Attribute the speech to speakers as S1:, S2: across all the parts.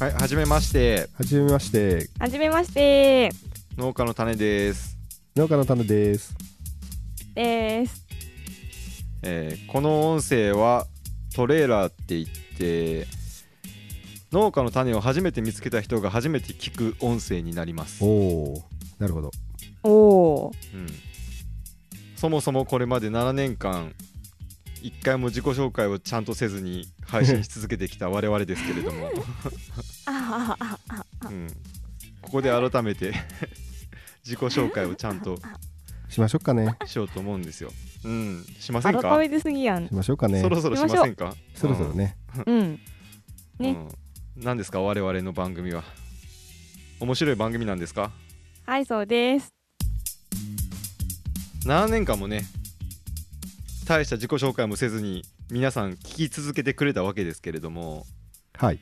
S1: はい、はじめまして。
S2: はじめまして、
S3: はじめまして
S1: 農家の種です。
S2: 農家の種です。
S3: です。
S1: えーこの音声はトレーラーって言って、農家の種を初めて見つけた人が初めて聞く音声になります。
S2: おお、なるほど。
S3: おお。
S1: うん、そもそもこれまで7年間、一回も自己紹介をちゃんとせずに配信し続けてきた我々ですけれ ども、
S3: ああああ
S1: うん、ここで改めて 自己紹介をちゃんと
S2: しましょうかね。
S1: しようと思うんですよ。うん、しません
S3: 改
S1: か
S3: めてすぎやん
S2: し。ましょうかね
S1: そ。ろそろしませんか
S2: そろそろね。
S3: うん。
S1: う
S3: ね
S1: ん、何ですか我々の番組は面白い番組なんですか
S3: はいそうです。
S1: 7年間もね大した自己紹介もせずに皆さん聞き続けてくれたわけですけれども
S2: はい。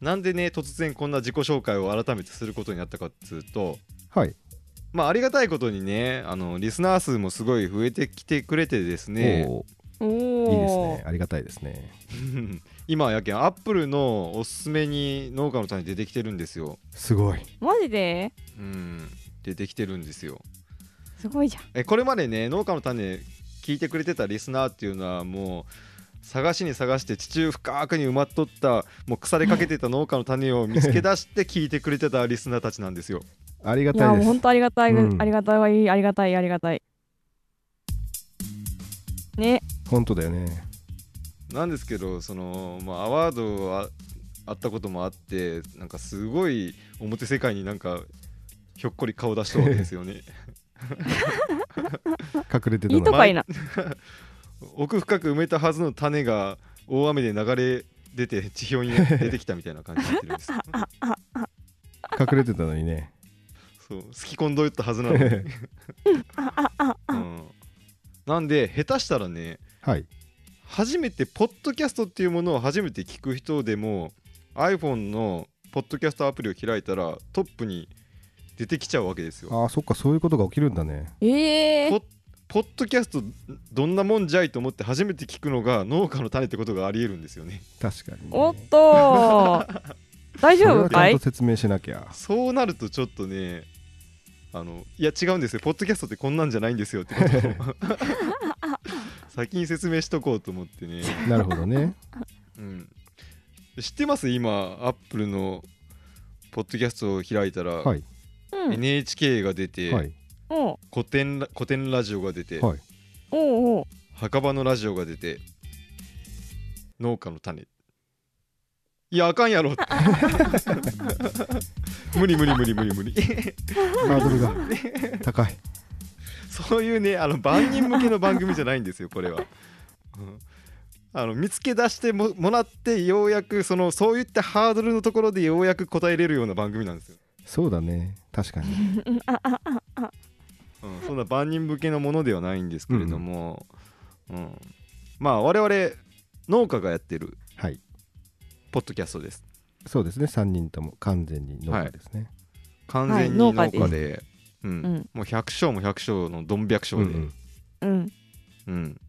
S1: なんでね突然こんな自己紹介を改めてすることになったかっつうと
S2: はい。
S1: まあありがたいことにねあのリスナー数もすごい増えてきてくれてですね
S2: お
S3: お
S2: お、いい
S3: お。
S2: ですね。。ありがたいですね。
S1: 今やけんアップルのおすすめに農家の種出てきてるんですよ、
S2: すごい。
S3: マジで？
S1: うん、出てきてるんですよ
S3: すごいじゃん。
S1: えこれまでね農家の種聞いてくれてたリスナーっていうのはもう探しに探して地中深くに埋まっとったもう腐れかけてた農家の種を見つけ出して聞いてくれてたリスナーたちなんですよ。
S2: ありが
S3: い
S2: た
S3: や
S2: い
S3: も
S2: で
S3: う
S2: す。
S3: 本当ありがたい、
S2: うん
S3: ありがたいはいいありがたいありがたい。ね。
S2: 本当だよね。
S1: なんですけどその、まあ、アワードはあったこともあってなんかすごい表世界になんかひょっこり顔出したわけですよね。
S2: 隠れてた
S3: いい
S2: の
S3: と
S2: は。
S3: かいな。
S1: 奥深く埋めたはずの種が大雨で流れ出て地表に出てきたみたいな感じになってるん です。
S2: 隠れてたのにね。
S1: そう好き込んどいったはずなのに。うん、なんで下手したらね
S2: はい。
S1: 初めてポッドキャストっていうものを初めて聞く人でも iPhone のポッドキャストアプリを開いたらトップに出てきちゃうわけですよ。
S2: ああ、そっか、そういうことが起きるんだね。
S3: ええ
S1: ポッポッドキャストどんなもんじゃいと思って初めて聞くのが農家の種ってことがありえるんですよね。
S2: 確かにね、
S3: おっと。大
S2: それ
S3: 丈
S2: は
S3: 夫
S2: ちゃ
S3: か
S2: ん
S3: い
S2: と？説明しなきゃ。
S1: そうなるとちょっとねあのいや違うんですよポッドキャストってこんなんじゃないんですよってことを先に説明しとこうと思ってね。
S2: なるほど ね。
S1: うん、知ってます今アップルのポッドキャストを開いたら、
S2: はい。
S3: うん。
S1: NHK が出て、
S2: はい。
S3: おう
S1: 古典ラ古典ラジオが出て、
S2: はい。
S3: おうおう。
S1: 墓場のラジオが出て農家の種いやあかんやろって 無理無理無理無理無理
S2: ハードルが高い。
S1: そういうねあの万人向けの番組じゃないんですよこれは。うんあの見つけ出してももらってようやくそのそういったハードルのところでようやく答えれるような番組なんですよ。
S2: そうだね。確かに。
S1: うん、そんな万人向けのものではないんですけれども、うんまあ我々農家がやってる
S2: はい。
S1: ポッドキャストです
S2: そうですね。三人とも完全に農家ですね。
S1: 完全に
S3: は
S1: 農
S3: い
S1: 家
S3: 農
S1: で,、
S3: 家
S1: うん
S3: うん
S1: もう100章も100章のどん百章で、
S2: うんうん
S3: うん。
S1: うん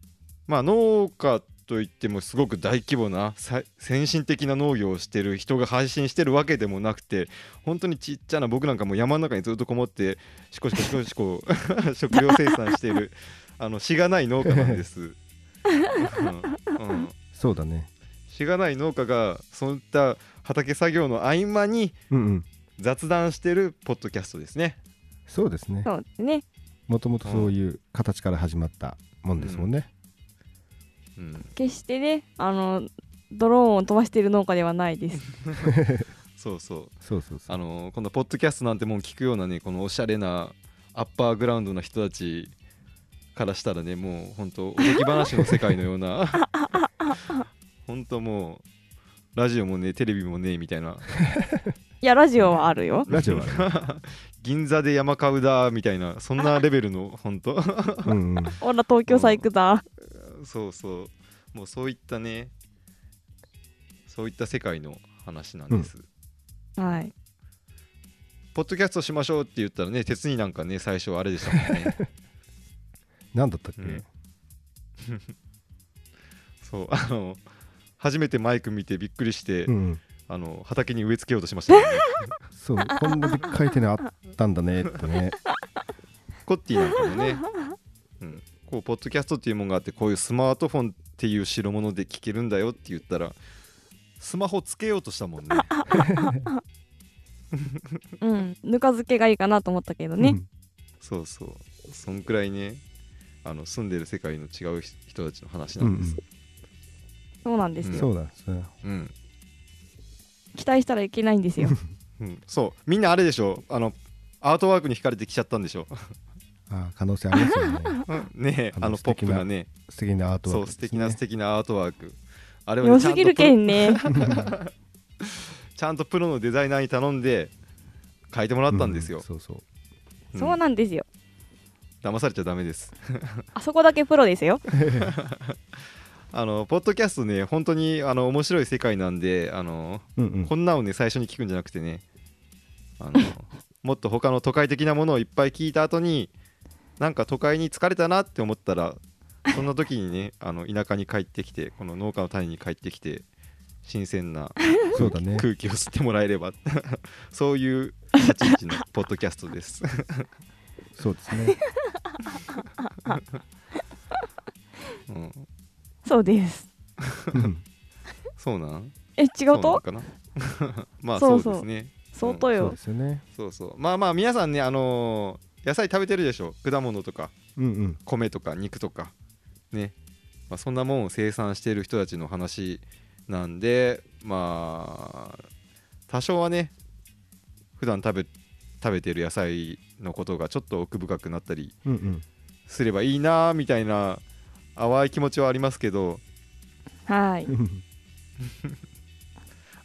S1: まあ農家といってもすごく大規模なさ先進的な農業をしてる人が配信してるわけでもなくて本当にちっちゃな僕なんかもう山の中にずっとこもってしこしこしこしこ 食料生産しているあのしがない農家なんです。うんうん
S2: そうだね。
S1: しがない農家がそういった畑作業の合間に
S2: うんうん。
S1: 雑談してるポッドキャストですね。
S2: そうですね。
S3: そうですね。
S2: もともとそういう形から始まったもんですもんね。
S1: うん、
S3: 決してねあのドローンを飛ばしている農家ではないです。
S1: そうそう
S2: そうそうそう。
S1: あのーこのポッドキャストなんてもう聞くようなねこのおしゃれなアッパーグラウンドの人たちからしたらねもう本当おとぎ話の世界のような本当もうラジオもねテレビもねみたいない
S3: やラジオはあるよ。
S2: ラジオはね、
S1: 銀座で山買うだみたいなそんなレベルの本当
S2: うんうん、
S3: ほら東京さ行くだ。
S1: そうそうもうそういったねそういった世界の話なんです、
S3: はい。
S1: ポッドキャストしましょうって言ったらね鉄になんかね最初あれでしたもんね
S2: 何だったっけ、
S1: うんそうあの初めてマイク見てびっくりして、
S2: うんうん
S1: あの畑に植え付けようとしましたけどね、
S2: そうこんなでっかい手ねあったんだねってね
S1: コッティなんかもね、うん、こうポッドキャストっていうものがあってこういうスマートフォンっていう代物で聞けるんだよって言ったらスマホつけようとしたもんね
S3: うんぬか漬けがいいかなと思ったけどね、
S2: うん
S1: そうそうそんくらいねあの住んでる世界の違う人たちの話なんです、
S3: そうなんですよ、
S2: そうだそうだ
S1: うんうん
S3: 期待したらいけないんですよ
S1: そうみんなあれでしょあのアートワークに惹かれてきちゃったんでしょ
S2: あー可能性ありますよね
S1: ねえあ
S2: あ
S1: の
S2: の
S1: ポップなね
S2: 素敵なアートワー
S1: そ
S2: ク
S1: う素敵な素敵なアートワークあれはね
S3: 良すぎるけんね
S1: ちゃんとプロのデザイナーに頼んで書いてもらったんです
S2: う
S1: よ、
S2: そうそう
S1: うん
S3: そうなんですよ
S1: 騙されちゃダメです
S3: あそこだけプロですよ
S1: あのポッドキャストね本当にあの面白い世界なんであの、
S2: うんうん
S1: こんなのね最初に聞くんじゃなくてねあのもっと他の都会的なものをいっぱい聞いた後になんか都会に疲れたなって思ったらそんな時にね あの田舎に帰ってきてこの農家の谷に帰ってきて新鮮な
S2: そうだね
S1: 空気を吸ってもらえれば そういう立ち位置のポッドキャストです。
S2: そうですね
S1: うん、
S3: そうです
S2: うん
S1: そうなん
S3: え違
S1: そう
S3: う
S1: なの
S3: と
S1: かな まあそう
S3: そ
S1: う
S3: そう
S1: ですね。
S3: 相当
S2: そう
S3: よ
S2: ですよね
S1: そうそうまあまあ皆さんねあのー野菜食べてるでしょ果物とか
S2: うんうん
S1: 米とか肉とかね、まあ、そんなもんを生産している人たちの話なんでまあ多少はね普段食べ食べてる野菜のことがちょっと奥深くなったり
S2: うんうん
S1: すればいいなみたいな淡い気持ちはありますけど
S3: はい
S2: うんうん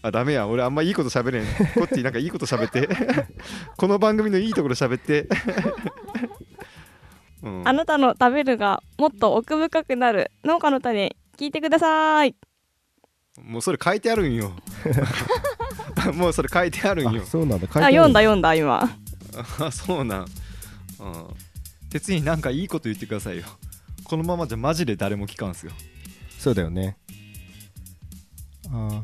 S1: あダメや俺あんまいいこと喋れんこっちなんかいいこと喋って この番組のいいところ喋って うん
S3: あなたの食べるがもっと奥深くなる農家の種聞いてください
S1: もうそれ書いてあるん よもうそれ書いてあるんよ
S2: あそうなんだ書い
S3: あ
S2: てある
S3: 読んだ読んだ今
S1: あそうなん、うん、鉄になんかいいこと言ってくださいよこのままじゃマジで誰も聞かんすよ
S2: そうだよねあー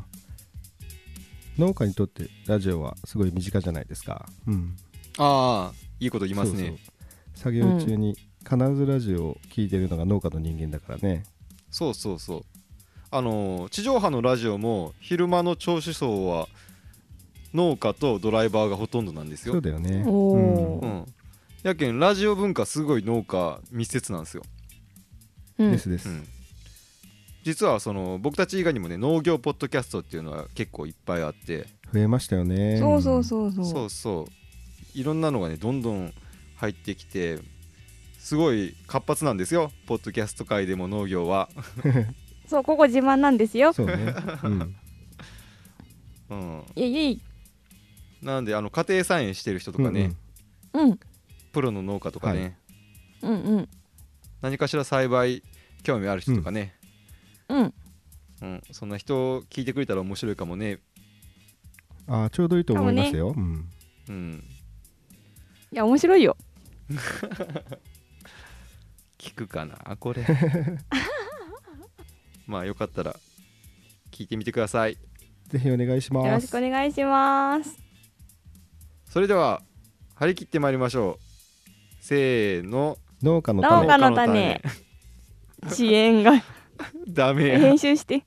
S2: 農家にとってラジオはすごい身近じゃないですかうん
S1: ああいいこと言いますね
S2: そうそう作業中に必ずラジオを聞いてるのが農家の人間だからね
S1: そうそうそうあのー地上波のラジオも昼間の聴取層は農家とドライバーがほとんどなんです
S2: そ
S1: よ
S2: うだよね
S3: お
S2: うん
S1: う
S3: お
S1: んやけんラジオ文化すごい農家密接なんですよ
S3: うん
S2: ですです、
S1: うん、実はその僕たち以外にもね農業ポッドキャストっていうのは結構いっぱいあって、
S2: 増えましたよね
S3: そうそうそうそう
S1: そうそういろんなのがねどんどん入ってきてすごい活発なんですよポッドキャスト界でも農業は、
S3: そうここ自慢なんです よ
S2: そうね、うん、
S1: うん、
S3: いえいえい
S1: なんであの家庭菜園してる人とかね、
S3: うん
S1: プロの農家とかね、
S2: は
S3: うんうん
S1: 何かしら栽培興味ある人とかね、
S3: うん
S1: うんそんな人聞いてくれたら面白いかもね、
S2: うんうんあーちょうどいいと思いますよ、うん、
S1: うん、
S3: いや面白いよ
S1: 聞くかなこれまあよかったら聞いてみてください
S2: ぜひお願いします
S3: よろしくお願いします
S1: それでは張り切ってまいりましょうせーの
S2: 農家の種
S3: 農家の種遅延が
S1: ダメや
S3: 編集して